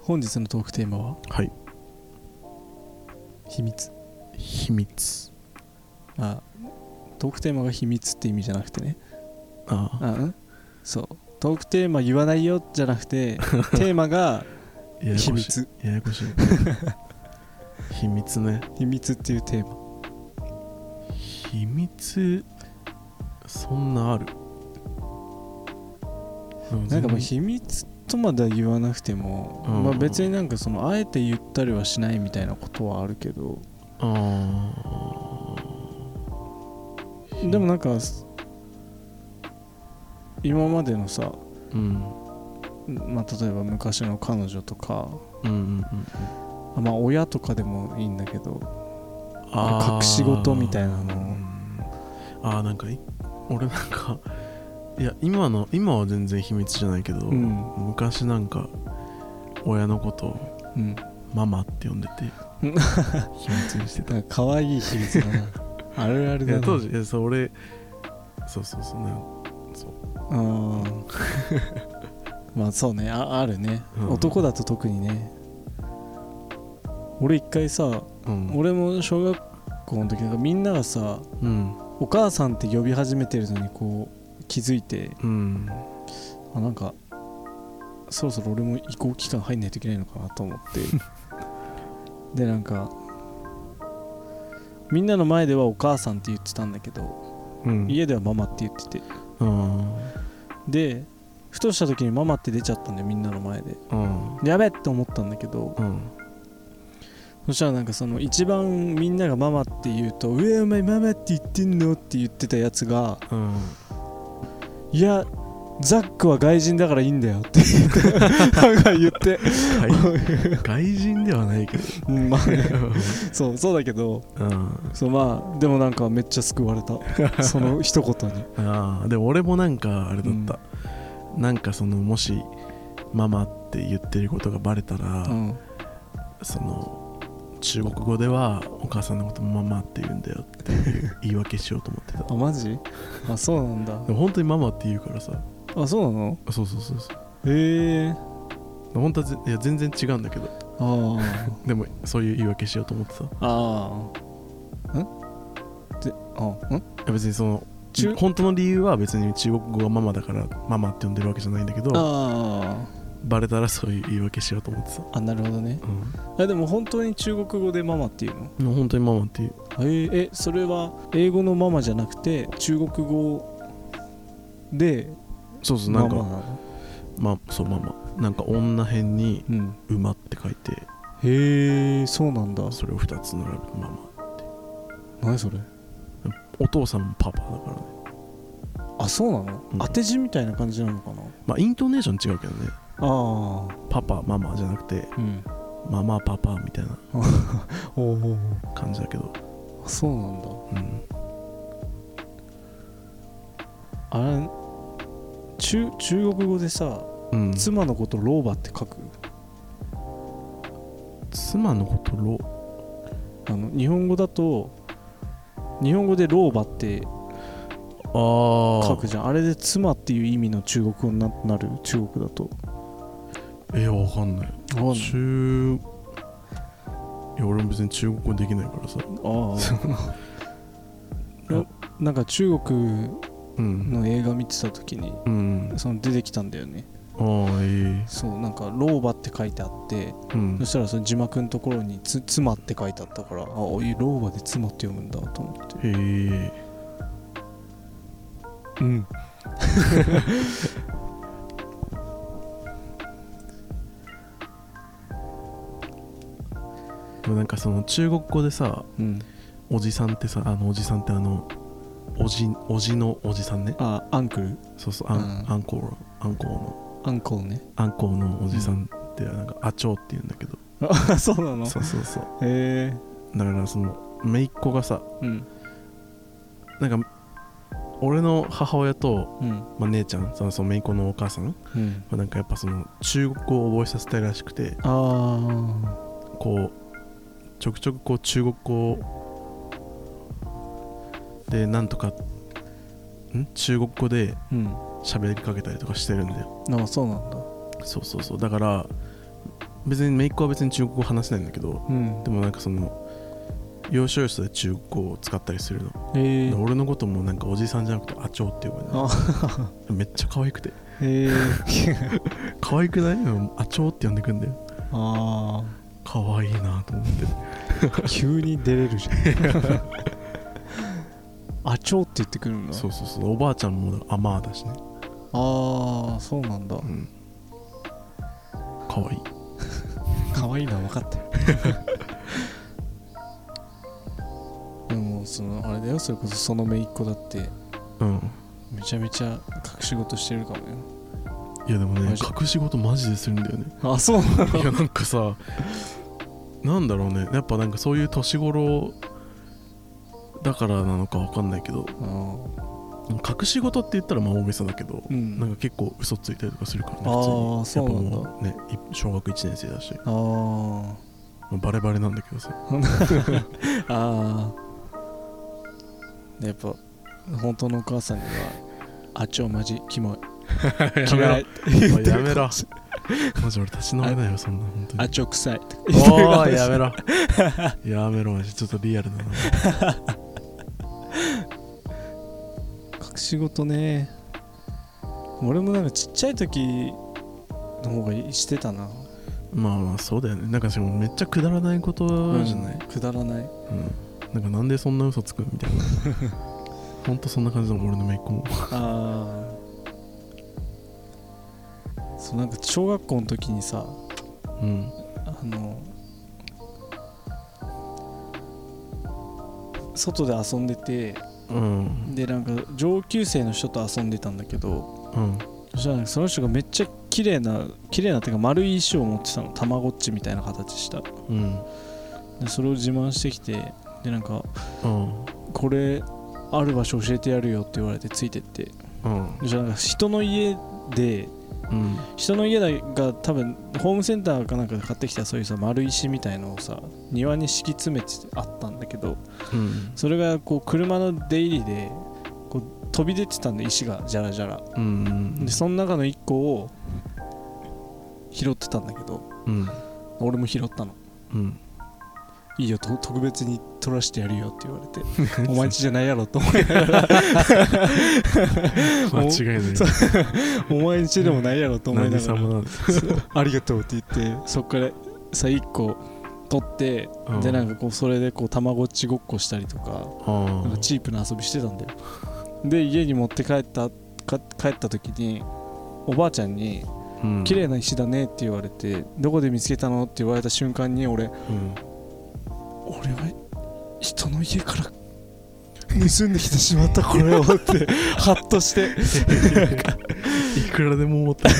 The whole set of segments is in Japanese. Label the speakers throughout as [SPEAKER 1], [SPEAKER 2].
[SPEAKER 1] 本日のトークテーマは
[SPEAKER 2] はい
[SPEAKER 1] 秘密
[SPEAKER 2] 秘密
[SPEAKER 1] あトークテーマが秘密って意味じゃなくてね
[SPEAKER 2] あ
[SPEAKER 1] あうんそうトークテーマ言わないよじゃなく てテーマが
[SPEAKER 2] あややこし
[SPEAKER 1] 秘
[SPEAKER 2] い
[SPEAKER 1] 密
[SPEAKER 2] やや こしい秘密ね
[SPEAKER 1] 秘密っていうテーマ
[SPEAKER 2] 秘密そんなある
[SPEAKER 1] なんかもう
[SPEAKER 2] 秘
[SPEAKER 1] 秘密とまでは言わなくても、
[SPEAKER 2] うん
[SPEAKER 1] まあ、別になんかそのあえて言ったりはしないみたいなことはあるけど
[SPEAKER 2] あー
[SPEAKER 1] でもなんかす今までのさ、
[SPEAKER 2] うん
[SPEAKER 1] まあ、例えば昔の彼女とか
[SPEAKER 2] うんうんうん
[SPEAKER 1] あまあ親とかでもいいんだけど
[SPEAKER 2] あー
[SPEAKER 1] 隠し事みたいなの
[SPEAKER 2] うんあーなんかい俺なんかいや今の今は全然秘密じゃないけど、
[SPEAKER 1] うん
[SPEAKER 2] 昔なんか親のことを
[SPEAKER 1] うん
[SPEAKER 2] ママって呼んで て
[SPEAKER 1] うん
[SPEAKER 2] 秘密にしてた
[SPEAKER 1] なんか可愛い秘密だ なあるある
[SPEAKER 2] い
[SPEAKER 1] だ
[SPEAKER 2] や
[SPEAKER 1] な
[SPEAKER 2] 当時いやそう俺そうそうそうなんか
[SPEAKER 1] あー まあそうねああるね、
[SPEAKER 2] うん
[SPEAKER 1] 男だと特にね俺一回さ
[SPEAKER 2] うん
[SPEAKER 1] 俺も小学校の時なんかみんながさ
[SPEAKER 2] うん
[SPEAKER 1] お母さんって呼び始めてるのにこう気づいて
[SPEAKER 2] うん
[SPEAKER 1] あなんかそろそろ俺も移行期間入んないといけないのかなと思って でなんかみんなの前ではお母さんって言ってたんだけど、
[SPEAKER 2] うん
[SPEAKER 1] 家ではママって言ってて
[SPEAKER 2] うん
[SPEAKER 1] でふとした時にママって出ちゃったんだよみんなの前で
[SPEAKER 2] うん
[SPEAKER 1] やべって思ったんだけど
[SPEAKER 2] うん
[SPEAKER 1] そしたらなんかその一番みんながママって言うと「うえお前ママって言ってんの?」って言ってたやつが
[SPEAKER 2] うん
[SPEAKER 1] 「いやザックは外人だからいいんだよ」って言ってなんか言って、
[SPEAKER 2] 外外人ではないけど
[SPEAKER 1] うんまあねそうそうだけど
[SPEAKER 2] うん
[SPEAKER 1] そうまあでもなんかめっちゃ救われたその一言に
[SPEAKER 2] あーでも俺もなんかあれだった、なんかそのもしママって言ってることがバレたら、
[SPEAKER 1] うん
[SPEAKER 2] その中国語ではお母さんのことママって言うんだよっていう言い訳しようと思ってた
[SPEAKER 1] あマジあそうなんだ
[SPEAKER 2] でも本当にママって言うからさ
[SPEAKER 1] あそうなの
[SPEAKER 2] そうそうそうそう
[SPEAKER 1] へえ
[SPEAKER 2] 本当はぜいや全然違うんだけど
[SPEAKER 1] あ
[SPEAKER 2] でもそういう言い訳しようと思ってたい
[SPEAKER 1] あああんであん
[SPEAKER 2] や別にその
[SPEAKER 1] 中
[SPEAKER 2] 本当の理由は別に中国語がママだからママって呼んでるわけじゃないんだけど
[SPEAKER 1] あ
[SPEAKER 2] バレたらそういう言い訳しようと思ってた
[SPEAKER 1] ああなるほどね
[SPEAKER 2] う
[SPEAKER 1] あでも本当に中国語でママっていうの
[SPEAKER 2] んもう本当にママっていう
[SPEAKER 1] えーえそれは英語のママじゃなくて中国語で
[SPEAKER 2] そうそうな
[SPEAKER 1] マ
[SPEAKER 2] んか
[SPEAKER 1] マな
[SPEAKER 2] ま
[SPEAKER 1] の
[SPEAKER 2] あそうママなんか女編に
[SPEAKER 1] うん
[SPEAKER 2] 「馬」って書いて
[SPEAKER 1] へえそうなんだ
[SPEAKER 2] それを2つ並べてママ
[SPEAKER 1] 何それ
[SPEAKER 2] お父さんもパパだからね
[SPEAKER 1] あそうなの、
[SPEAKER 2] うん
[SPEAKER 1] 当て字みたいな感じなのかな
[SPEAKER 2] まあイントネーション違うけどね
[SPEAKER 1] ああ
[SPEAKER 2] パパママじゃなくて
[SPEAKER 1] うん
[SPEAKER 2] ママパパみたいな
[SPEAKER 1] おお
[SPEAKER 2] 感じだけど
[SPEAKER 1] そうなんだ
[SPEAKER 2] うん
[SPEAKER 1] あれ中中国語でさ、
[SPEAKER 2] うん
[SPEAKER 1] 妻のこと老婆って書く
[SPEAKER 2] 妻のことろ
[SPEAKER 1] あの日本語だと日本語で老婆って
[SPEAKER 2] あ
[SPEAKER 1] 書くじゃんあれで妻っていう意味の中国語にななる中国だと
[SPEAKER 2] えわかんない
[SPEAKER 1] ああ
[SPEAKER 2] 中いや俺も別に中国語できないからさ
[SPEAKER 1] な なんか中国
[SPEAKER 2] うん
[SPEAKER 1] の映画見てた時に
[SPEAKER 2] うん
[SPEAKER 1] その出てきたんだよね
[SPEAKER 2] ああえ
[SPEAKER 1] そうなんか「老婆」って書いてあって
[SPEAKER 2] えうん
[SPEAKER 1] そしたらその字幕のところにつ「妻」って書いてあったからあおい老婆で「妻」って読むんだと思って
[SPEAKER 2] へえ
[SPEAKER 1] うん
[SPEAKER 2] でもなんかその中国語でさ
[SPEAKER 1] うん
[SPEAKER 2] おじさんってさあのおじさんってあのおじおじのおじさんね
[SPEAKER 1] あアンクル
[SPEAKER 2] そうそうアン,、
[SPEAKER 1] うん
[SPEAKER 2] アンコールアンコーの
[SPEAKER 1] アンコーね
[SPEAKER 2] アンコーのおじさんってなんかアチョーって言うんだけど、
[SPEAKER 1] あそうなの
[SPEAKER 2] そうそうそう
[SPEAKER 1] へえ
[SPEAKER 2] だからその姪っ子がさ
[SPEAKER 1] うん
[SPEAKER 2] なんか俺の母親と、
[SPEAKER 1] うん
[SPEAKER 2] まあ、姉ちゃんそのその姪っ子のお母さん
[SPEAKER 1] うん
[SPEAKER 2] はなんかやっぱその中国語を覚えさせたいらしくて
[SPEAKER 1] あ
[SPEAKER 2] こうちょくちょくこう中国語でなんとかん中国語で
[SPEAKER 1] あうんあ
[SPEAKER 2] 喋りかけたりとかしてるんだよ
[SPEAKER 1] そうなんだ
[SPEAKER 2] そうそうそうだから別に姪っ子は別に中国語話せないんだけど
[SPEAKER 1] うん
[SPEAKER 2] でもなんかその要所要所で中国語を使ったりするの
[SPEAKER 1] へえ
[SPEAKER 2] で俺のこともなんかおじさんじゃなくて「あちょ」って呼ぶの
[SPEAKER 1] あ
[SPEAKER 2] めっちゃ可愛くて
[SPEAKER 1] へえ
[SPEAKER 2] 可愛くない うんあちょ」って呼んでくんだよ
[SPEAKER 1] あ
[SPEAKER 2] 可愛いなと思って
[SPEAKER 1] あ急に出れるじゃん あちょうって言ってくるんだ
[SPEAKER 2] そうそうそうおばあちゃんもアマーだしね
[SPEAKER 1] ああそうなんだ
[SPEAKER 2] うん可愛い
[SPEAKER 1] 可愛いのは分かったよ でもそのあれだよそれこそその姪っ子だって
[SPEAKER 2] うん
[SPEAKER 1] めちゃめちゃ隠し事してるかもよ
[SPEAKER 2] いやでもね
[SPEAKER 1] マジ
[SPEAKER 2] 隠し事マジでするんだ よね
[SPEAKER 1] あそうなの
[SPEAKER 2] いやなんかさなんだろうねやっぱなんかそういう年頃だからなのかわかんないけど隠し事って言ったらまあ大げさだけど、
[SPEAKER 1] うん
[SPEAKER 2] なんか結構嘘ついたりとかするからね
[SPEAKER 1] あー
[SPEAKER 2] 普通に
[SPEAKER 1] そうなんだ
[SPEAKER 2] やっぱもうねい小学1年生だし、
[SPEAKER 1] あー
[SPEAKER 2] まあバレバレなんだけどさ
[SPEAKER 1] あーでやっぱ本当のお母さんには「あっちょマジキモい
[SPEAKER 2] やめ
[SPEAKER 1] 嫌
[SPEAKER 2] ろ
[SPEAKER 1] い」って言ってる
[SPEAKER 2] やめろマジ俺立ち直れないよそんな本 当
[SPEAKER 1] あっ
[SPEAKER 2] に
[SPEAKER 1] ちょ臭いとか 言ってる
[SPEAKER 2] お
[SPEAKER 1] か
[SPEAKER 2] ー
[SPEAKER 1] もしれない
[SPEAKER 2] やめろやめろマジちょっとリアルだな
[SPEAKER 1] 隠し事ね俺もなんかちっちゃい時の方がいしてたな
[SPEAKER 2] まあまあそうだよねなんかしかもめっちゃくだらないことじゃない、
[SPEAKER 1] くだらない
[SPEAKER 2] うんなんかなんでそんな嘘つくみたいな ほんとそんな感じだもん俺のめいっ子も
[SPEAKER 1] ああそうなんか小学校の時にさ
[SPEAKER 2] うん
[SPEAKER 1] あの外で遊んでて
[SPEAKER 2] うん
[SPEAKER 1] でなんか上級生の人と遊んでたんだけど
[SPEAKER 2] うん
[SPEAKER 1] そしたらなんかその人がめっちゃ綺麗な綺麗なっていうか丸い石を持ってたのたまごっちみたいな形した
[SPEAKER 2] うん
[SPEAKER 1] でそれを自慢してきてでなんか
[SPEAKER 2] うん
[SPEAKER 1] これある場所教えてやるよって言われてついてって
[SPEAKER 2] うん
[SPEAKER 1] じゃあなんか人の家で
[SPEAKER 2] うん
[SPEAKER 1] 人の家が多分ホームセンターかなんかで買ってきたそういうさ丸石みたいのをさ庭に敷き詰めてあったんだけど
[SPEAKER 2] うん
[SPEAKER 1] それがこう車の出入りでこう飛び出てたんで石がじゃらじゃら
[SPEAKER 2] うん
[SPEAKER 1] でその中の1個を拾ってたんだけど
[SPEAKER 2] うん
[SPEAKER 1] 俺も拾ったの
[SPEAKER 2] うん
[SPEAKER 1] いいよと特別に取らしてやるよって言わ れてお前んちじゃないやろと思いながら
[SPEAKER 2] 間違いない
[SPEAKER 1] そうお前んちでもないやろと思い
[SPEAKER 2] 何
[SPEAKER 1] ながら
[SPEAKER 2] 様なんです
[SPEAKER 1] ありがとうって言ってそこからさ1個取って、
[SPEAKER 2] うん
[SPEAKER 1] でなんかこうそれでこうたまごっちごっこしたりとか
[SPEAKER 2] あ
[SPEAKER 1] なんかチープな遊びしてたんだよで家に持って帰ったか帰った時におばあちゃんに「綺麗な石だね」って言われて「どこで見つけたの?」って言われた瞬間に俺
[SPEAKER 2] うん
[SPEAKER 1] 俺は人の家から盗んできてしまったこれをって ハッとして
[SPEAKER 2] いくらでも持ってる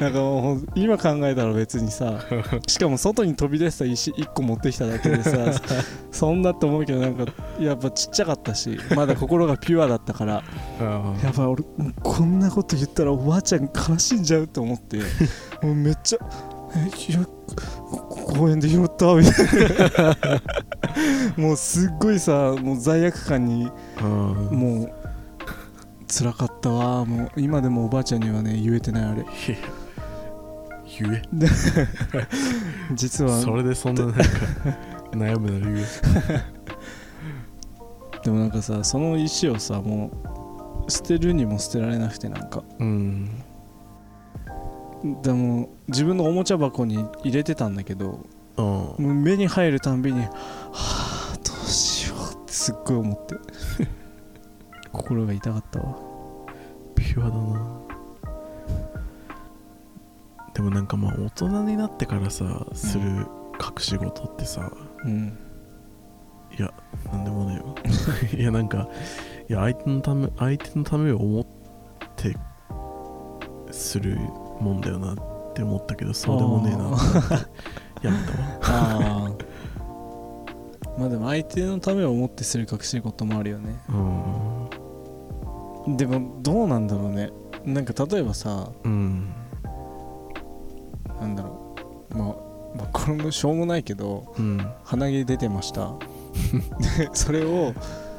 [SPEAKER 1] なんかもう今考えたら別にさしかも外に飛び出した石1個持ってきただけで さそんなって思うけどなんかやっぱちっちゃかったしまだ心がピュアだったから
[SPEAKER 2] あ
[SPEAKER 1] やばい俺こんなこと言ったらおばあちゃん悲しんじゃうと思ってもうめっちゃ「えひろこ公園で拾った」みたいなもうすっごいさもう罪悪感に
[SPEAKER 2] あも
[SPEAKER 1] もう辛かったわもう今でもおばあちゃんにはね言えてないあれ
[SPEAKER 2] ゆえ
[SPEAKER 1] 実は
[SPEAKER 2] それでそんななんか悩むならゆえ
[SPEAKER 1] でもなんかさその石をさもう捨てるにも捨てられなくてなんか
[SPEAKER 2] うん
[SPEAKER 1] でも自分のおもちゃ箱に入れてたんだけど
[SPEAKER 2] うん
[SPEAKER 1] もう目に入るたんびにはあどうしようってすっごい思って 心が痛かったわ
[SPEAKER 2] ピュアだなでもなんかまあ大人になってからさする隠し事ってさ
[SPEAKER 1] うん
[SPEAKER 2] なんでもねえわ いやなんかいや相手のため相手のためを思ってするもんだよなって思ったけどそうでもねえなってやめたわ
[SPEAKER 1] ああ まあでも相手のためを思ってする隠し事もあるよね
[SPEAKER 2] うん
[SPEAKER 1] でもどうなんだろうねなんか例えばさ
[SPEAKER 2] うん
[SPEAKER 1] なんだろうまあ、まあこれもしょうもないけど
[SPEAKER 2] うん
[SPEAKER 1] 鼻毛出てました でそれを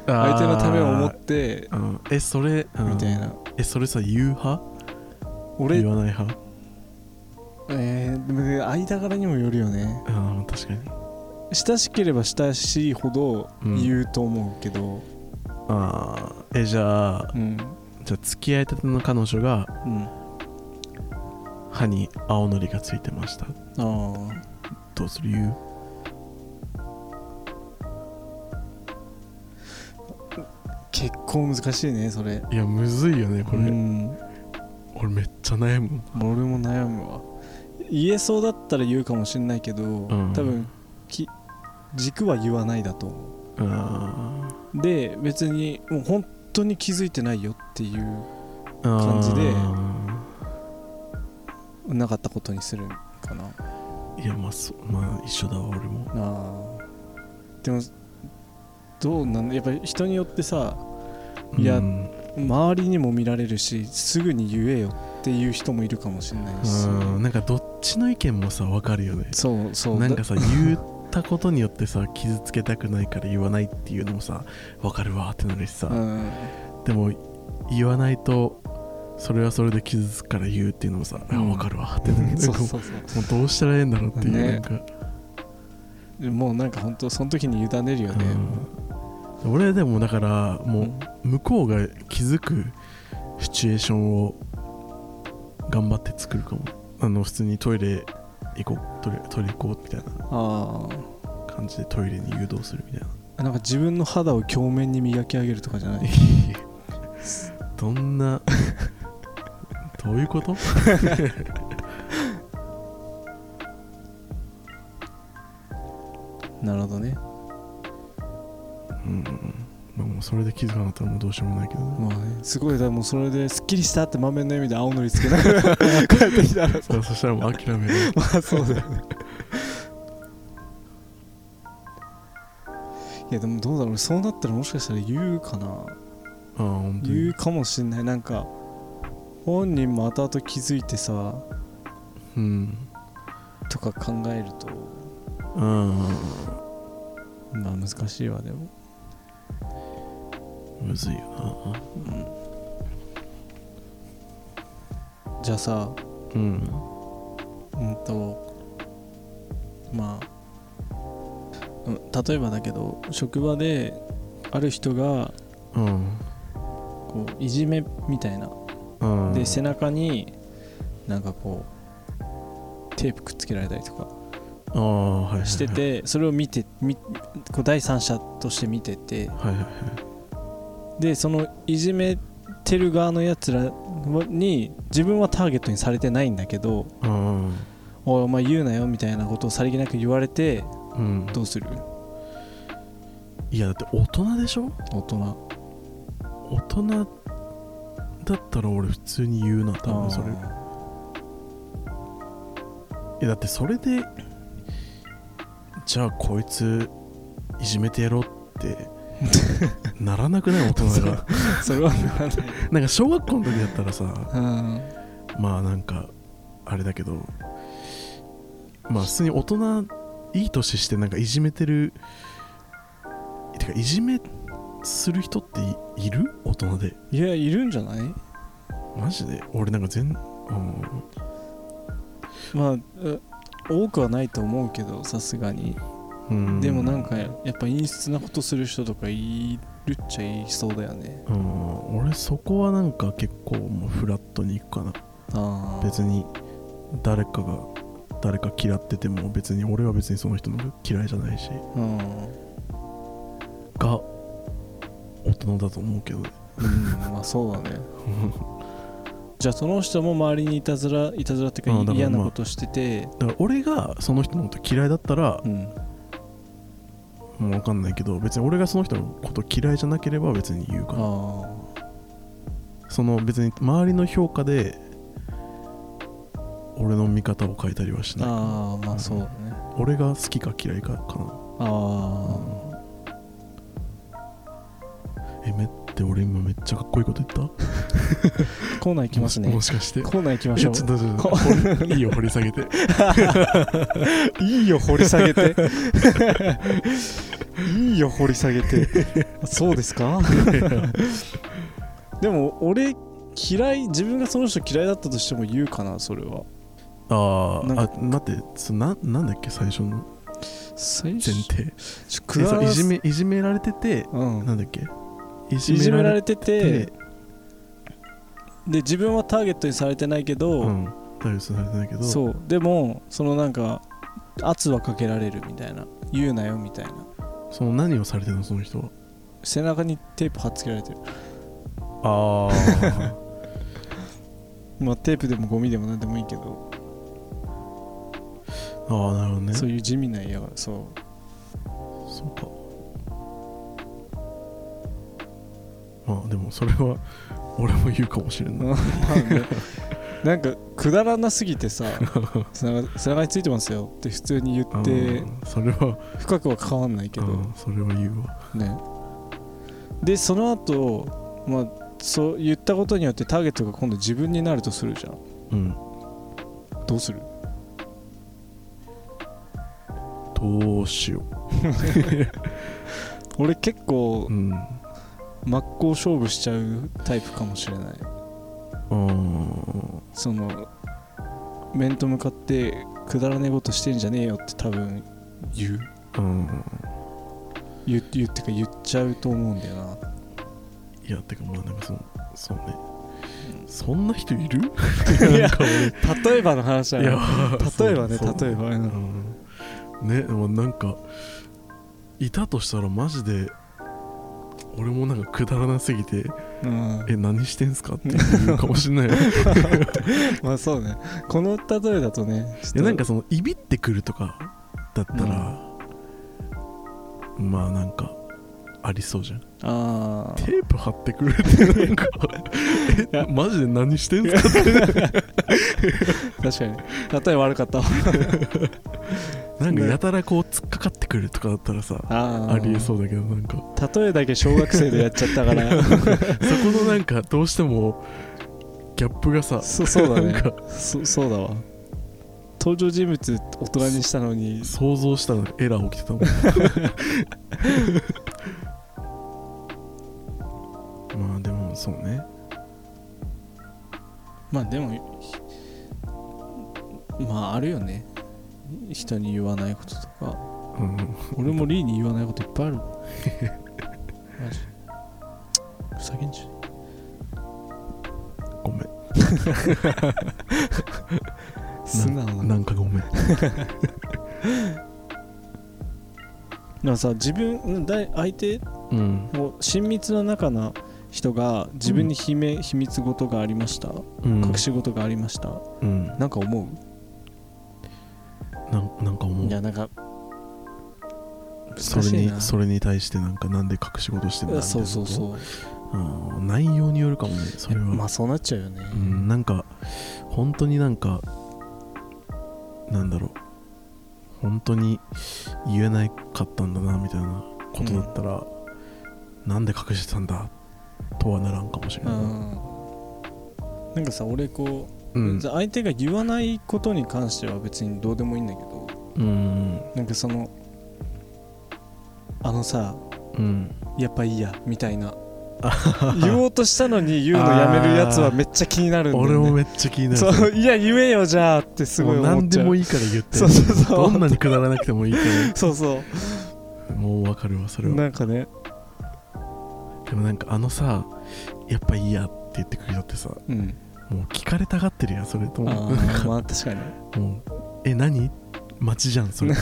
[SPEAKER 1] 相手のためを思って
[SPEAKER 2] あーうんえそれ、うん
[SPEAKER 1] みたいな
[SPEAKER 2] えそれさ言う派
[SPEAKER 1] 俺
[SPEAKER 2] 言わない派
[SPEAKER 1] えー、でもね間柄にもよるよね
[SPEAKER 2] ああ確かに
[SPEAKER 1] 親しければ親しいほど
[SPEAKER 2] うん
[SPEAKER 1] 言うと思うけど
[SPEAKER 2] ああえじゃあ
[SPEAKER 1] うん
[SPEAKER 2] じゃあ付き合いたての彼女が
[SPEAKER 1] うん、
[SPEAKER 2] 歯に青のりがついてました
[SPEAKER 1] あ
[SPEAKER 2] どうする言う
[SPEAKER 1] あ結構難しいねそれ
[SPEAKER 2] いやむずいよねこれ、
[SPEAKER 1] うん
[SPEAKER 2] 俺めっちゃ悩む
[SPEAKER 1] 俺も悩むわ言えそうだったら言うかもしれないけど、
[SPEAKER 2] ん
[SPEAKER 1] 多分き軸は言わないだと思
[SPEAKER 2] あ
[SPEAKER 1] うで別にもう本当に気づいてないよっていう
[SPEAKER 2] ーあー
[SPEAKER 1] 感じでなかったことにするかない
[SPEAKER 2] やまあそうまあ一緒だわ俺も
[SPEAKER 1] あーでもどうなんだやっぱり人によってさ
[SPEAKER 2] うん
[SPEAKER 1] いや周りにも見られるしすぐに言えよっていう人もいるかもしれないし
[SPEAKER 2] うんなんかどっちの意見もさ分かるよね
[SPEAKER 1] そうそう
[SPEAKER 2] なん
[SPEAKER 1] だ
[SPEAKER 2] かさ言ったことによってさ傷つけたくないから言わないっていうのもさ分かるわってなるしさ、
[SPEAKER 1] うん
[SPEAKER 2] でも言わないとそれはそれで傷つくから言うっていうのもさ、あ
[SPEAKER 1] うん
[SPEAKER 2] 分かるわってな る
[SPEAKER 1] そうそうそう
[SPEAKER 2] もうどうしたらええんだろうっていう、
[SPEAKER 1] ね
[SPEAKER 2] なんか、
[SPEAKER 1] もうなんか本当その時に委ねるよね、
[SPEAKER 2] うん俺でもだから
[SPEAKER 1] う
[SPEAKER 2] も
[SPEAKER 1] ん
[SPEAKER 2] う向こうが気づくシチュエーションを頑張って作るかもあの普通にトイレ行こうトイレトイレ行こうみたいな
[SPEAKER 1] あ
[SPEAKER 2] 感じでトイレに誘導する みたいな
[SPEAKER 1] あなんか自分の肌を鏡面に磨き上げるとかじゃない
[SPEAKER 2] ど んなどういうこと
[SPEAKER 1] なるほどね
[SPEAKER 2] うん、まあ、もうそれで気づかなかったらもうどうしようもないけどね、
[SPEAKER 1] まあねすごいだからもうそれですっきりしたって満面の笑みで青のりつけな がら帰ってきたら
[SPEAKER 2] そうそしたらもう諦める
[SPEAKER 1] まあそうだよねいやでもどうだろうそうなったらもしかしたら言うかな
[SPEAKER 2] ああ本当
[SPEAKER 1] 言
[SPEAKER 2] に
[SPEAKER 1] うかもしんないなんか本人も後々気づいてさ
[SPEAKER 2] うん
[SPEAKER 1] とか考えると
[SPEAKER 2] うん
[SPEAKER 1] まあ難しいわでも
[SPEAKER 2] むずいよな
[SPEAKER 1] じゃあさ
[SPEAKER 2] うん
[SPEAKER 1] うんとまあうん例えばだけど職場である人が
[SPEAKER 2] うん
[SPEAKER 1] こういじめみたいな、
[SPEAKER 2] うん
[SPEAKER 1] で背中になんかこうテープくっつけられたりとか
[SPEAKER 2] ああはいはいはい
[SPEAKER 1] してて それを見てみこう第三者として見てて
[SPEAKER 2] はいはいはい
[SPEAKER 1] でそのいじめてる側のやつらに自分はターゲットにされてないんだけど
[SPEAKER 2] うん
[SPEAKER 1] 「おいお前言うなよ」みたいなことをさりげなく言われて
[SPEAKER 2] うん
[SPEAKER 1] どうする
[SPEAKER 2] いやだって大人でしょ
[SPEAKER 1] 大人
[SPEAKER 2] 大人だったら俺普通に言うな多分それ
[SPEAKER 1] あー
[SPEAKER 2] えだってそれでじゃあこいついじめてやろうって ならなくない大人が
[SPEAKER 1] それはならない
[SPEAKER 2] なんか小学校の時だったらさ
[SPEAKER 1] うん
[SPEAKER 2] まあなんかあれだけどまあ普通に大人いい年してなんかいじめてるてかいじめする人っていいる大人で
[SPEAKER 1] いやいるんじゃない
[SPEAKER 2] マジで俺なんか全うん
[SPEAKER 1] まあう多くはないと思うけどさすがに
[SPEAKER 2] うん
[SPEAKER 1] でもなんかやっぱ陰湿なことする人とかいるっちゃいそうだよね
[SPEAKER 2] うん俺そこはなんか結構もうフラットにいくかな
[SPEAKER 1] ああ
[SPEAKER 2] 別に誰かが誰か嫌ってても別に俺は別にその人の嫌いじゃないし
[SPEAKER 1] うん、
[SPEAKER 2] が大人だと思うけどね
[SPEAKER 1] うん、まあそうだねじゃあその人も周りにいたずらいたずらっていうか
[SPEAKER 2] あだから
[SPEAKER 1] 嫌な
[SPEAKER 2] まあ
[SPEAKER 1] ことしてて、
[SPEAKER 2] だから俺がその人のこと嫌いだったら
[SPEAKER 1] うん、
[SPEAKER 2] もう分かんないけど別に俺がその人のこと嫌いじゃなければ別に言うかな
[SPEAKER 1] あ
[SPEAKER 2] その別に周りの評価で俺の見方を変えたりはし
[SPEAKER 1] あ
[SPEAKER 2] ない
[SPEAKER 1] ああまあそうだね
[SPEAKER 2] 俺が好きか嫌いかかな、
[SPEAKER 1] あ
[SPEAKER 2] えめって俺今めっちゃかっこいいこと言った
[SPEAKER 1] あコーナー行きますね
[SPEAKER 2] もしもしかして
[SPEAKER 1] コーナー行きま
[SPEAKER 2] い
[SPEAKER 1] しょ
[SPEAKER 2] や
[SPEAKER 1] う
[SPEAKER 2] ちょっとちょっと掘りいいよ掘り下 げて
[SPEAKER 1] いいよ掘り下げ ていいよ掘り下げ てそうですかでも俺嫌い自分がその人嫌いだったとしても言うかなそれは
[SPEAKER 2] あー
[SPEAKER 1] なんか
[SPEAKER 2] あ待ってそななんだっけ最初の
[SPEAKER 1] 最
[SPEAKER 2] 前提
[SPEAKER 1] ちょ
[SPEAKER 2] え
[SPEAKER 1] クラ
[SPEAKER 2] そういじ
[SPEAKER 1] ス
[SPEAKER 2] めいじめられてて
[SPEAKER 1] うん
[SPEAKER 2] なんだっけい
[SPEAKER 1] いじめられて
[SPEAKER 2] て
[SPEAKER 1] てで自分はターゲットにされてないけ
[SPEAKER 2] う
[SPEAKER 1] ど、
[SPEAKER 2] ん大丈夫されてないけど
[SPEAKER 1] そうでもそのなんか圧はかけられるみたいな言うなよみたいな
[SPEAKER 2] その何をされてるのその人は
[SPEAKER 1] 背中にテープ貼っつけられてる
[SPEAKER 2] ああ
[SPEAKER 1] まあテープでもゴミでも何でもいいけど、
[SPEAKER 2] ああなるほどね
[SPEAKER 1] そ
[SPEAKER 2] そう
[SPEAKER 1] いう地味な嫌がらそう
[SPEAKER 2] うかまあでもそれは俺も言うかもしれない
[SPEAKER 1] なんかくだらなすぎて さ背中背中についてますよって普通に言って
[SPEAKER 2] うんそれは
[SPEAKER 1] 深くは関わんないけど、
[SPEAKER 2] うんそれは言うわ
[SPEAKER 1] ねでその後まあそう言ったことによってターゲットが今度自分になるとするじゃん
[SPEAKER 2] うん
[SPEAKER 1] どうする
[SPEAKER 2] どうしよ
[SPEAKER 1] 俺結構
[SPEAKER 2] ううん
[SPEAKER 1] 真っ向勝負しちゃうタイプかもしれない
[SPEAKER 2] うん
[SPEAKER 1] その面と向かってくだらねえことしてんじゃねえよって多分言う
[SPEAKER 2] うん
[SPEAKER 1] 言う言うってか言っちゃうと思うんだよない
[SPEAKER 2] やてかまあなんかそのそうねそんな人いる
[SPEAKER 1] いや
[SPEAKER 2] なんか俺
[SPEAKER 1] 例えばの話だ
[SPEAKER 2] い
[SPEAKER 1] よ
[SPEAKER 2] や
[SPEAKER 1] 例えばね
[SPEAKER 2] そうそう
[SPEAKER 1] 例えばう
[SPEAKER 2] うんんねでもなんかいたとしたらマジで俺もなんかくだらなすぎて
[SPEAKER 1] うん
[SPEAKER 2] 「え何してんすか?」って言うかもしれないい
[SPEAKER 1] まあそうねこの例えだとねちょっと
[SPEAKER 2] やなんかそのいびってくるとかだったら、まあなんかありそうじゃん
[SPEAKER 1] ああ
[SPEAKER 2] テープ貼ってくるってなんかえマジで何してんすか
[SPEAKER 1] 確かに例え悪かったわ
[SPEAKER 2] なんかやたらこう突っかかってくるとかだったらさ
[SPEAKER 1] あ
[SPEAKER 2] ありえそううだけどなんか
[SPEAKER 1] 例えだけ小学生でやっちゃったから
[SPEAKER 2] そこのなんかどうしてもギャップがさ
[SPEAKER 1] そそうだ
[SPEAKER 2] な
[SPEAKER 1] ね
[SPEAKER 2] んか
[SPEAKER 1] そそうだわ登場人物大人にしたのに
[SPEAKER 2] 想像したらエラー起きてたもん まあでもそうね
[SPEAKER 1] まあでもまああるよね人に言わないこととか
[SPEAKER 2] うん
[SPEAKER 1] 俺もリーに言わないこといっぱいあるわマジふざけんじゃね
[SPEAKER 2] ごめ
[SPEAKER 1] え素直
[SPEAKER 2] んなんかごめん
[SPEAKER 1] でもさ自分うんだい相手
[SPEAKER 2] うん
[SPEAKER 1] もう親密の中の人が自分に秘め、秘密事がありました、
[SPEAKER 2] うん
[SPEAKER 1] 隠し事がありました
[SPEAKER 2] うんな
[SPEAKER 1] なんか思
[SPEAKER 2] んなんか
[SPEAKER 1] う、
[SPEAKER 2] 思
[SPEAKER 1] いうやなんか
[SPEAKER 2] そ
[SPEAKER 1] 難
[SPEAKER 2] れ
[SPEAKER 1] しい
[SPEAKER 2] に
[SPEAKER 1] な
[SPEAKER 2] それに対してなんかなんで隠し事してんだみたいな
[SPEAKER 1] そうそうそう
[SPEAKER 2] う、うん、内容によるかもねそれは
[SPEAKER 1] まあそうなっちゃうよね、
[SPEAKER 2] うん、なんか本当になんかなんだろう本当に言えなかったんだなみたいなことだったら、なんで隠してたんだとはならんかもしれ
[SPEAKER 1] う
[SPEAKER 2] ない、
[SPEAKER 1] んなんかさ俺こう、
[SPEAKER 2] うん
[SPEAKER 1] 相手が言わないことに関しては別にどうでもいいんだけど
[SPEAKER 2] うん
[SPEAKER 1] なんかそのあのさ
[SPEAKER 2] うん
[SPEAKER 1] やっぱいいやみたい な言おうとしたのに言うのやめるやつはめっちゃ気になるんだよ、ね、
[SPEAKER 2] 俺もめっちゃ気になる
[SPEAKER 1] そういや言えよじゃあってすごい
[SPEAKER 2] も
[SPEAKER 1] 思
[SPEAKER 2] う
[SPEAKER 1] っちゃう
[SPEAKER 2] 何でもいいから言って
[SPEAKER 1] そうそうそう
[SPEAKER 2] どんなにくだらなくてもいいか
[SPEAKER 1] そうそ
[SPEAKER 2] らもうわかるわそれ
[SPEAKER 1] う
[SPEAKER 2] は
[SPEAKER 1] なんかね
[SPEAKER 2] でもなんかあのさやっぱいいやって言ってくる人ってさ
[SPEAKER 1] うん
[SPEAKER 2] もう聞かれたがってるやんそれと
[SPEAKER 1] あ
[SPEAKER 2] もなん
[SPEAKER 1] ー
[SPEAKER 2] か
[SPEAKER 1] まあ確かに
[SPEAKER 2] もうえ何街じゃん それ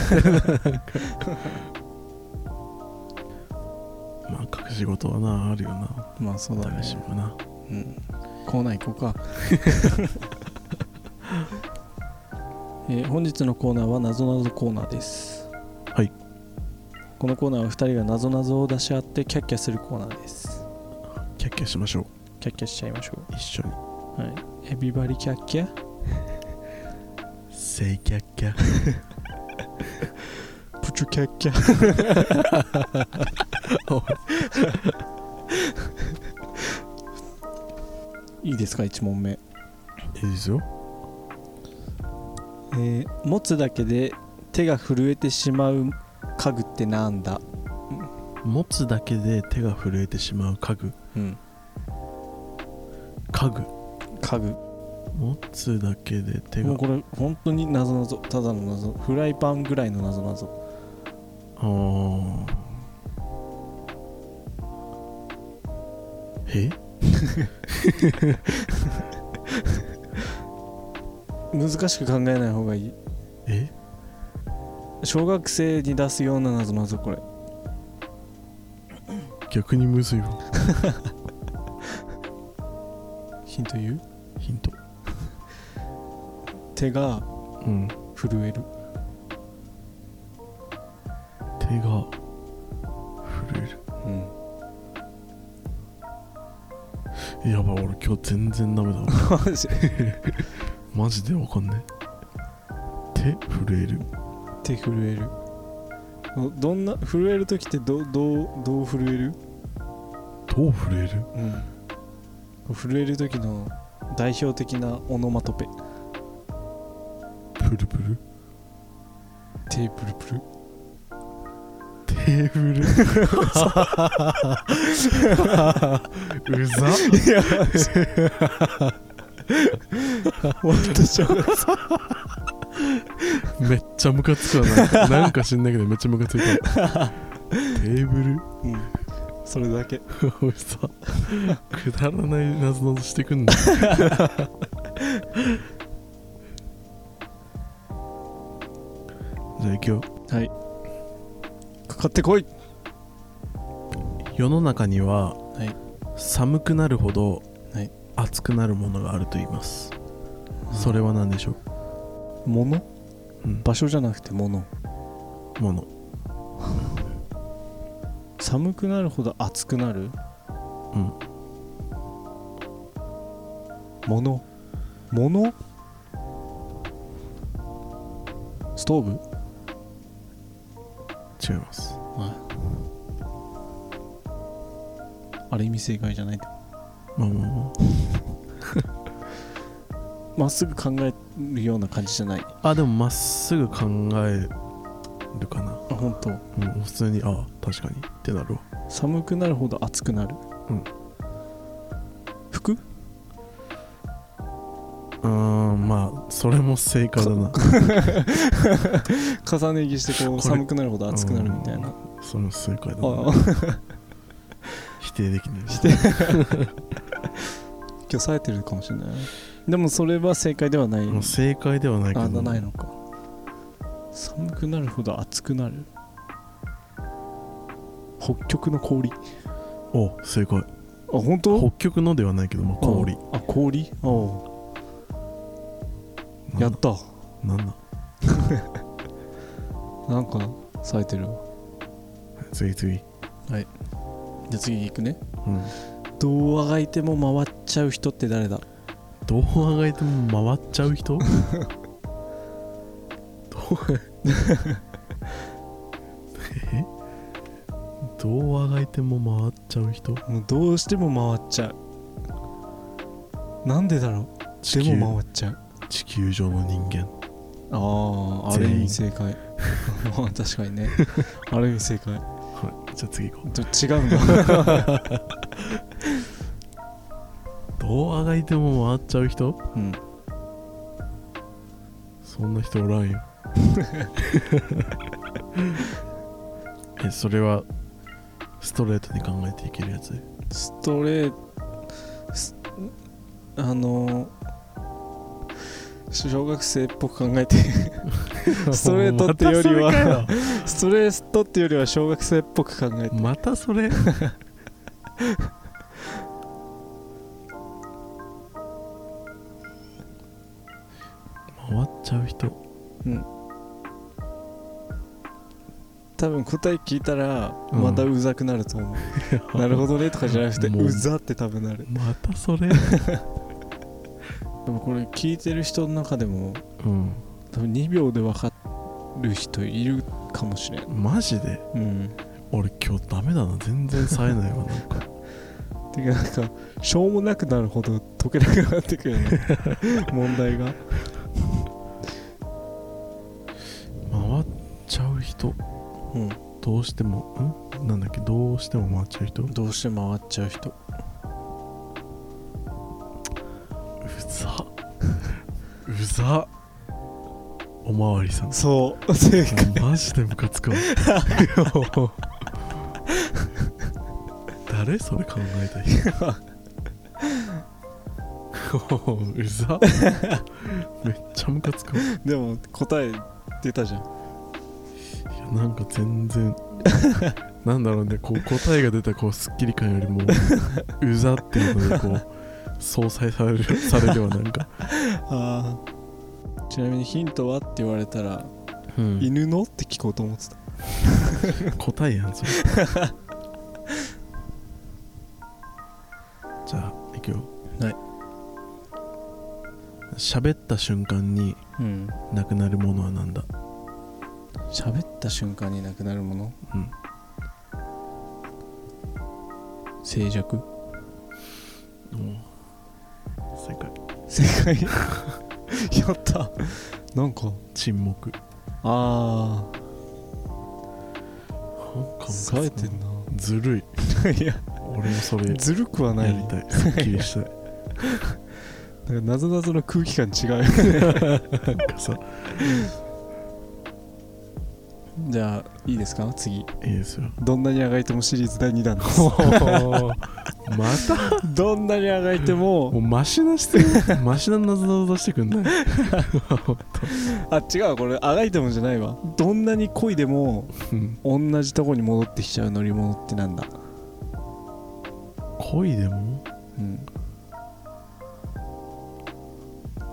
[SPEAKER 2] まあ隠し事はなあるよな
[SPEAKER 1] まあそうだね
[SPEAKER 2] 誰しもな
[SPEAKER 1] うんコーナー行こうか えー本日のコーナーはなぞなぞコーナーです
[SPEAKER 2] はい
[SPEAKER 1] ここのコーナーは2人がなぞなぞを出し合ってキャッキャするコーナーです
[SPEAKER 2] キャッキャしましょう
[SPEAKER 1] キャッキャしちゃいましょ
[SPEAKER 2] 一緒に
[SPEAKER 1] うはいエビバリキャッキャ
[SPEAKER 2] せいキャッキャ
[SPEAKER 1] プチュキャッキャ いいですか1問目
[SPEAKER 2] いいですよ
[SPEAKER 1] えー持つだけで手が震えてしまう家具ってなんだ
[SPEAKER 2] 持つだけで手が震えてしまう家具
[SPEAKER 1] うん
[SPEAKER 2] 家具
[SPEAKER 1] 家具
[SPEAKER 2] 持つだけで手
[SPEAKER 1] も
[SPEAKER 2] が
[SPEAKER 1] うこれ本当に謎謎ただの謎フライパンぐらいの謎謎
[SPEAKER 2] あーえ
[SPEAKER 1] 難しく考えない方がいい
[SPEAKER 2] え
[SPEAKER 1] 小学生に出すような謎謎これ
[SPEAKER 2] 逆にむずい わ
[SPEAKER 1] ヒント言う
[SPEAKER 2] ヒント
[SPEAKER 1] 手が
[SPEAKER 2] うん
[SPEAKER 1] 震える
[SPEAKER 2] 手が震
[SPEAKER 1] うん
[SPEAKER 2] えるやばい俺今日全然ダメだ わ
[SPEAKER 1] マジ
[SPEAKER 2] マジでわかんない手震える
[SPEAKER 1] 手震えるおどんな震える時ってどどうどう震える、
[SPEAKER 2] どう震える
[SPEAKER 1] うん、震える時の代表的なオノマトペ
[SPEAKER 2] プルプル
[SPEAKER 1] 手プルプル
[SPEAKER 2] テーブルうざ
[SPEAKER 1] いや、本当小学生。
[SPEAKER 2] めっちゃムカつくわななんか知んないけどめっちゃムカついた テーブル
[SPEAKER 1] それだけ。
[SPEAKER 2] おいさ くだらないなぞなぞしてくん だじゃあ今日
[SPEAKER 1] はい。かかってこい。
[SPEAKER 2] 世の中には、
[SPEAKER 1] い
[SPEAKER 2] 寒くなるほど、
[SPEAKER 1] はい
[SPEAKER 2] 暑くなるものがあると言いますそれは何でしょう、
[SPEAKER 1] 物
[SPEAKER 2] うん、
[SPEAKER 1] 場所じゃなくて物。
[SPEAKER 2] もの
[SPEAKER 1] 寒くなるほど暑くなる。
[SPEAKER 2] うん。
[SPEAKER 1] 物。物。ストーブ。
[SPEAKER 2] 違います
[SPEAKER 1] あれ意味正解じゃないと。
[SPEAKER 2] まあまあま
[SPEAKER 1] まっすぐ考えるような感じじゃない。
[SPEAKER 2] ああでもまっすぐ考えるかな
[SPEAKER 1] あ、本当。
[SPEAKER 2] うん普通にああ確かにってなるわ
[SPEAKER 1] 寒くなるほど暑くなる。
[SPEAKER 2] うん。
[SPEAKER 1] 服。
[SPEAKER 2] うーんまあそれも正解だな
[SPEAKER 1] 重ね着してこう
[SPEAKER 2] これ
[SPEAKER 1] 寒くなるほど暑くなるみたいな
[SPEAKER 2] それも正解だ
[SPEAKER 1] あ
[SPEAKER 2] な
[SPEAKER 1] あ
[SPEAKER 2] 否定できない
[SPEAKER 1] して今日冴えてるかもしれないでもそれは正解ではない
[SPEAKER 2] もう正解ではないけ
[SPEAKER 1] あ
[SPEAKER 2] ど
[SPEAKER 1] なないのか寒くなるほど暑くなる北極の氷あ
[SPEAKER 2] お正解
[SPEAKER 1] 本当
[SPEAKER 2] 北極のではないけど、まあ、氷
[SPEAKER 1] あ氷ああやった
[SPEAKER 2] なんだなんだ
[SPEAKER 1] なんか冴えてるわ
[SPEAKER 2] 次次
[SPEAKER 1] じゃあ次行くね
[SPEAKER 2] うん
[SPEAKER 1] どうあがいても回っちゃう人って誰だ
[SPEAKER 2] どうあがいても回っちゃ う人どうえどうあがいても回っちゃう人
[SPEAKER 1] もうどうしても回っちゃうなんでだろう
[SPEAKER 2] 地
[SPEAKER 1] で
[SPEAKER 2] 球
[SPEAKER 1] も回っちゃう
[SPEAKER 2] 地球上の人間
[SPEAKER 1] あああ
[SPEAKER 2] 全
[SPEAKER 1] る
[SPEAKER 2] 員
[SPEAKER 1] 意味正解 まあ確かに ねある意味正解
[SPEAKER 2] はいじゃあ次行こう
[SPEAKER 1] と違うんだ
[SPEAKER 2] どうあがいても回っちゃう人
[SPEAKER 1] うん
[SPEAKER 2] そんな人おら んよえそれはストレートに考えていけるやつ
[SPEAKER 1] ストレートすあのー小学生っぽく考え てストレートってよりはストレートってよりは小学生っぽく考えて
[SPEAKER 2] またそれ回っちゃう人
[SPEAKER 1] うん多分答え聞いたら
[SPEAKER 2] うん
[SPEAKER 1] またうざくなると思う、 なるほどねとかじゃなくて
[SPEAKER 2] もう
[SPEAKER 1] うざって多分なる
[SPEAKER 2] またそれ
[SPEAKER 1] でもこれ聞いてる人の中でも
[SPEAKER 2] うん
[SPEAKER 1] 多分2秒で分かる人いるかもしれん
[SPEAKER 2] マジで
[SPEAKER 1] うん
[SPEAKER 2] 俺今日ダメだな全然冴えないわなんか
[SPEAKER 1] てかなんかしょうもなくなるほど解けなくなってくるよ ね問題が
[SPEAKER 2] 回っちゃう人
[SPEAKER 1] うん
[SPEAKER 2] どうしてもんなんだっけどうしても回っちゃう人
[SPEAKER 1] どうして回っちゃう人
[SPEAKER 2] うざうざおまわりさんも
[SPEAKER 1] そう 正解
[SPEAKER 2] うマジでムカつく わ誰それ考えた 人う ざめっちゃムカつくわい
[SPEAKER 1] でも答え出たじゃん
[SPEAKER 2] やなんか全 然なんだろうねこう答えが出たこうスッキリ感 よりもうざっていうのでこう相殺されるされるわなん か、
[SPEAKER 1] あーちなみにヒントはって言われたら、犬のって聞こうと思ってた
[SPEAKER 2] 答え やんそれじゃあいくよ
[SPEAKER 1] はい
[SPEAKER 2] 喋った瞬間に
[SPEAKER 1] うん
[SPEAKER 2] なくなるものはなんだ
[SPEAKER 1] 喋った瞬間になくなるもの
[SPEAKER 2] うん
[SPEAKER 1] 静寂
[SPEAKER 2] 正解
[SPEAKER 1] 正 解やったなんか
[SPEAKER 2] 沈黙なん
[SPEAKER 1] あ
[SPEAKER 2] か
[SPEAKER 1] あ冴えてんな
[SPEAKER 2] ずるい
[SPEAKER 1] いや
[SPEAKER 2] 俺もそれや
[SPEAKER 1] ずるくはない
[SPEAKER 2] りたいすっきりしたい
[SPEAKER 1] なんか謎々の空気感違う
[SPEAKER 2] なんかさ
[SPEAKER 1] じゃあいいですか次
[SPEAKER 2] いいですよ
[SPEAKER 1] どんなにあがいてもシリーズ第2弾です
[SPEAKER 2] また
[SPEAKER 1] どんなにあがいて
[SPEAKER 2] も
[SPEAKER 1] も
[SPEAKER 2] うマシなしてるマシななぞなぞしてくんない
[SPEAKER 1] あ違うわこれあがいてもじゃないわどんなに濃いでも
[SPEAKER 2] うん
[SPEAKER 1] 同じとこに戻ってきちゃう乗り物ってなんだ
[SPEAKER 2] 恋でも
[SPEAKER 1] うん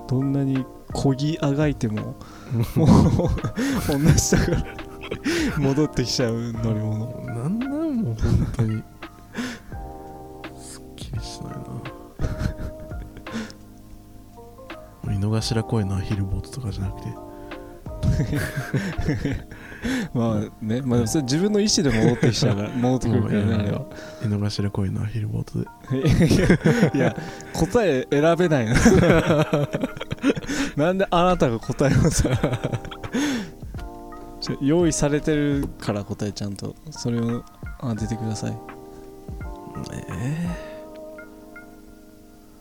[SPEAKER 1] どんなにこぎあがいてももう同じとこに戻ってきちゃう乗り物
[SPEAKER 2] なんなんもう本当にすっきりしないな井の頭公園のアヒルボートとかじゃなくて
[SPEAKER 1] まあねまあでもそれ自分の意思で戻ってきちゃうから戻ってくるからねあれは
[SPEAKER 2] 井の頭公園のアヒルボートで
[SPEAKER 1] いや答え選べないな なんであなたが答えを さちょ用意されてるから答えちゃんとそれを当ててください
[SPEAKER 2] え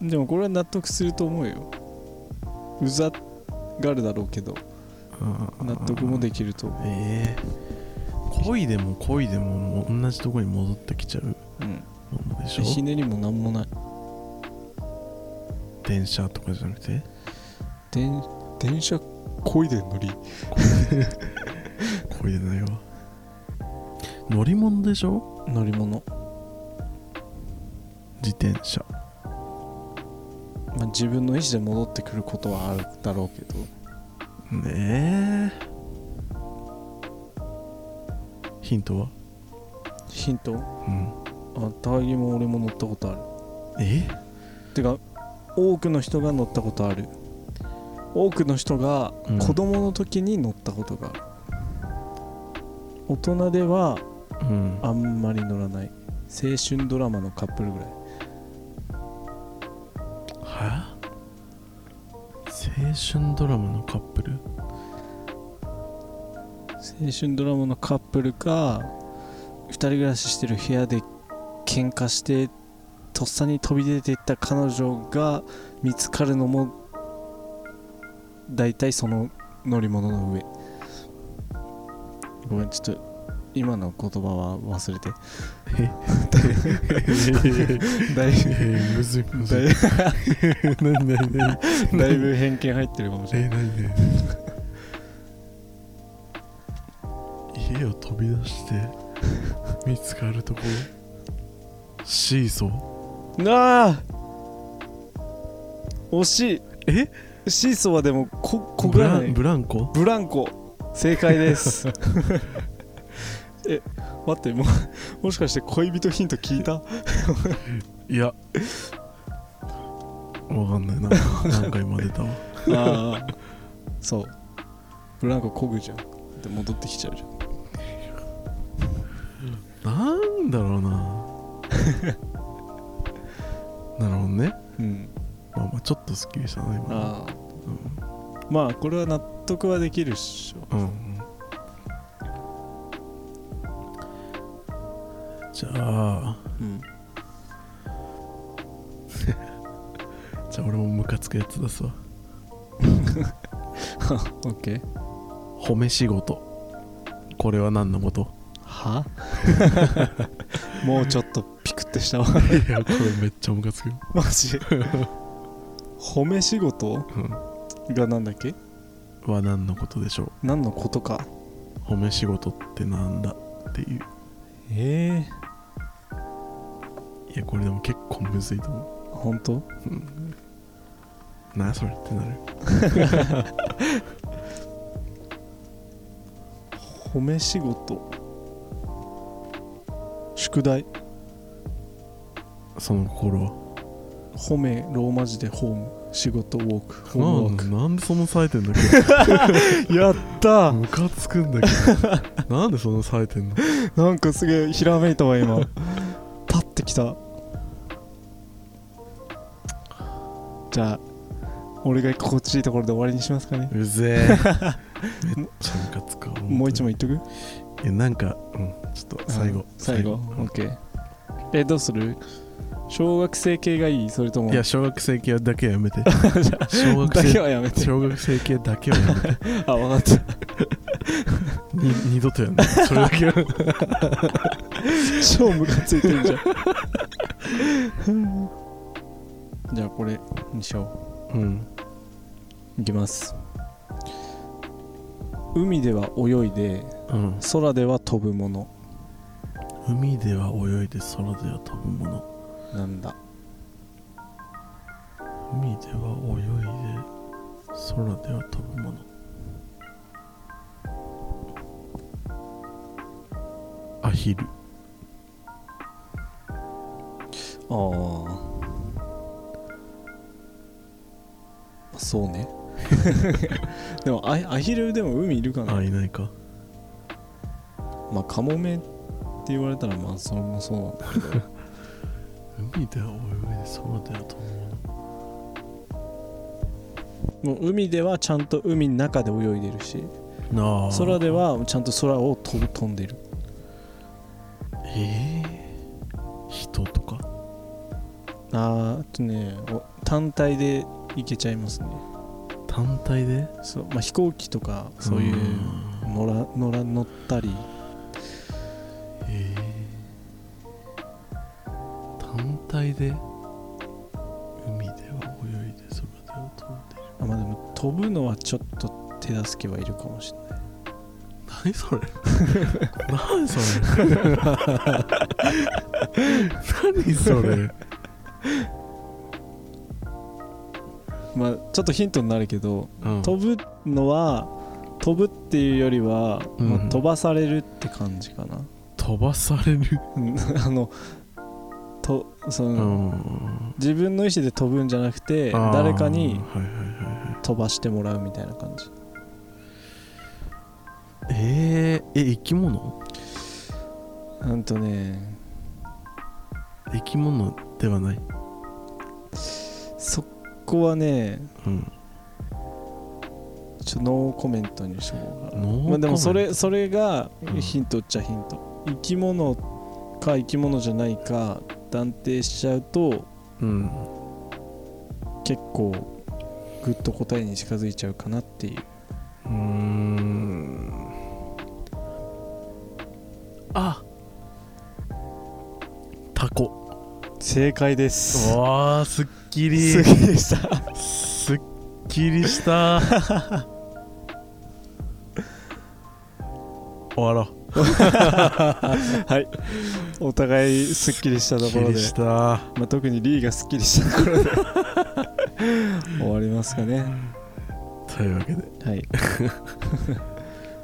[SPEAKER 1] でもこれは納得すると思うようざがるだろうけど納得もできると思
[SPEAKER 2] ええ恋でも恋でももう同じとこに戻ってきちゃう
[SPEAKER 1] う、うん、
[SPEAKER 2] ものでしょ
[SPEAKER 1] ひねりもなんもない
[SPEAKER 2] 電車とかじゃなくて
[SPEAKER 1] 電電車こいで乗り
[SPEAKER 2] 恋でないわ乗り物でしょ
[SPEAKER 1] 乗り物、
[SPEAKER 2] 自転車
[SPEAKER 1] まあ、自分の意思で戻ってくることはあるだろうけど
[SPEAKER 2] ねえヒントは
[SPEAKER 1] ヒント
[SPEAKER 2] うん
[SPEAKER 1] あ高木も俺も乗ったことあ
[SPEAKER 2] え
[SPEAKER 1] るてか多くの人が乗ったことある多くの人が
[SPEAKER 2] うん
[SPEAKER 1] 子供の時に乗ったことがある、大人では
[SPEAKER 2] うん
[SPEAKER 1] あんまり乗らない青春ドラマのカップルぐらい
[SPEAKER 2] は青春ドラマのカップル
[SPEAKER 1] 青春ドラマのカップルか2人暮らししてる部屋で喧嘩してとっさに飛び出ていった彼女が見つかるのも大体その乗り物の上ごめんちょっと今の言葉は忘れ てだいぶ
[SPEAKER 2] えむずいむ
[SPEAKER 1] だい
[SPEAKER 2] い何何何
[SPEAKER 1] ぶだいぶ偏見入ってるかもしれない
[SPEAKER 2] え何何家を飛び出して見つかるところシーソー
[SPEAKER 1] あー惜し
[SPEAKER 2] え
[SPEAKER 1] いシーソーはでもここぐ
[SPEAKER 2] ブ
[SPEAKER 1] ら
[SPEAKER 2] ラ
[SPEAKER 1] ない
[SPEAKER 2] ンブランコ
[SPEAKER 1] ブランコ正解です待ってもうもしかして恋人ヒント聞いた
[SPEAKER 2] いやわかんないな 何回今出たわ
[SPEAKER 1] ああそうこれなんかこぐじゃんで戻ってきちゃうじゃん
[SPEAKER 2] なんだろうななるほどね
[SPEAKER 1] うん
[SPEAKER 2] まあまあちょっとすっきりしたな今
[SPEAKER 1] ああまあこれは納得はできるっしょ
[SPEAKER 2] うん、うん、じゃあ
[SPEAKER 1] うん
[SPEAKER 2] じゃあ俺もムカつくやつ出すわ
[SPEAKER 1] オッケー
[SPEAKER 2] 褒め仕事これは何の こと
[SPEAKER 1] は もうちょっとピクってしたわ
[SPEAKER 2] いやこれめっちゃムカつくよ、
[SPEAKER 1] マ ジ褒め仕事
[SPEAKER 2] うん、
[SPEAKER 1] がなんだっけ
[SPEAKER 2] は何のことでしょう
[SPEAKER 1] 何のことか
[SPEAKER 2] 褒め仕事ってなんだっていう
[SPEAKER 1] ええ
[SPEAKER 2] いやこれでも結構むずいと思
[SPEAKER 1] 本当
[SPEAKER 2] う、うん、なあそれってなる
[SPEAKER 1] 褒め仕事宿題
[SPEAKER 2] その心は
[SPEAKER 1] 褒めローマ字でホーム仕事ウォークホームワー
[SPEAKER 2] なん
[SPEAKER 1] ク
[SPEAKER 2] でなんでその冴えてんだ け
[SPEAKER 1] やった
[SPEAKER 2] どムカつくんだけ どなんでそんな冴えてんの
[SPEAKER 1] なんかすげえひらめいたわ今パッてきたじゃあ俺が心地いいところで終わりにしますかね
[SPEAKER 2] うぜえめっちゃムカつくわ本当に
[SPEAKER 1] もう一問いっとく
[SPEAKER 2] いやなんかうんちょっと最後
[SPEAKER 1] うん最後 OK えどうする小学生系がいいそれとも
[SPEAKER 2] いや小学生系だけはや めて
[SPEAKER 1] じゃあ
[SPEAKER 2] 小学
[SPEAKER 1] だけ
[SPEAKER 2] 生
[SPEAKER 1] はやめて
[SPEAKER 2] 小学生系だけはや めて
[SPEAKER 1] あ分かった
[SPEAKER 2] に二度とやんないそれだけは
[SPEAKER 1] 超ムカついてるじゃん じゃあこれにしよ
[SPEAKER 2] うん
[SPEAKER 1] ういきます海では泳いで
[SPEAKER 2] うん
[SPEAKER 1] 空では飛ぶもの
[SPEAKER 2] 海では泳いで空では飛ぶもの
[SPEAKER 1] なんだ
[SPEAKER 2] 海では泳いで空では飛ぶものアヒル
[SPEAKER 1] ああそうね でもアアヒルでも海いるかな
[SPEAKER 2] あいないか
[SPEAKER 1] まあカモメって言われたらまあそれもそうなんだ
[SPEAKER 2] 海では泳いで空では飛ぶもの
[SPEAKER 1] もう海ではちゃんと海の中で泳いでるし
[SPEAKER 2] なあ
[SPEAKER 1] 空ではちゃんと空を飛ぶ飛んでる
[SPEAKER 2] ええ人とか
[SPEAKER 1] あーあとねお単体で行けちゃいますね
[SPEAKER 2] 単体で
[SPEAKER 1] そう、まあ、飛行機とかそういう
[SPEAKER 2] ーん
[SPEAKER 1] 乗ら乗ら乗ったり
[SPEAKER 2] えー単体で海では泳いで空では飛んでる
[SPEAKER 1] あまあでも飛ぶのはちょっと手助けはいるかもしれない
[SPEAKER 2] 何それ何それ何それ
[SPEAKER 1] まあちょっとヒントになるけど、
[SPEAKER 2] うん
[SPEAKER 1] 飛ぶのは飛ぶっていうよりは、まあ
[SPEAKER 2] うん
[SPEAKER 1] 飛ばされるって感じかな、
[SPEAKER 2] 飛ばされる
[SPEAKER 1] うんあのとそうの、
[SPEAKER 2] ん
[SPEAKER 1] 自分の意思で飛ぶんじゃなくて
[SPEAKER 2] あー
[SPEAKER 1] 誰かに
[SPEAKER 2] はいはいはいはい
[SPEAKER 1] 飛ばしてもらうみたいな感じ
[SPEAKER 2] えー、え生き物
[SPEAKER 1] うんとね
[SPEAKER 2] 生き物ではない
[SPEAKER 1] そこはね
[SPEAKER 2] うん
[SPEAKER 1] ちょノーコメントにしようかな、
[SPEAKER 2] ノー
[SPEAKER 1] まあ、でもそ
[SPEAKER 2] コメン
[SPEAKER 1] れそれが
[SPEAKER 2] うん
[SPEAKER 1] ヒントっちゃヒント、生き物か生き物じゃないか断定しちゃうと
[SPEAKER 2] トうん
[SPEAKER 1] 結構グッと答えに近づいちゃうかなっていう
[SPEAKER 2] うーんあタコ
[SPEAKER 1] 正解です
[SPEAKER 2] わあすっきり
[SPEAKER 1] すげえでした
[SPEAKER 2] すっきりした終わろ う
[SPEAKER 1] はいお互いすっきりしたところで、
[SPEAKER 2] したは
[SPEAKER 1] まあ、特にリーがすっきりしたところで 終わりますかね
[SPEAKER 2] というわけで
[SPEAKER 1] はい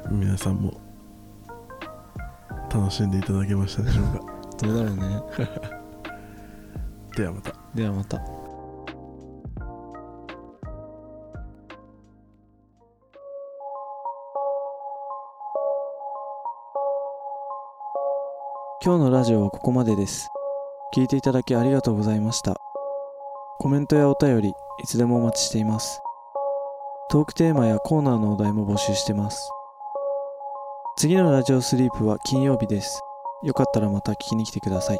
[SPEAKER 2] 皆さんも楽しんでいただけましたでしょうか
[SPEAKER 1] どうだろうね
[SPEAKER 2] ではまた
[SPEAKER 1] ではまた今日のラジオはここまでです聞いていただきありがとうございましたコメントやお便りいつでもお待ちしていますトークテーマやコーナーのお題も募集してます次のラジオスリープは金曜日ですよかったらまた聞きに来てください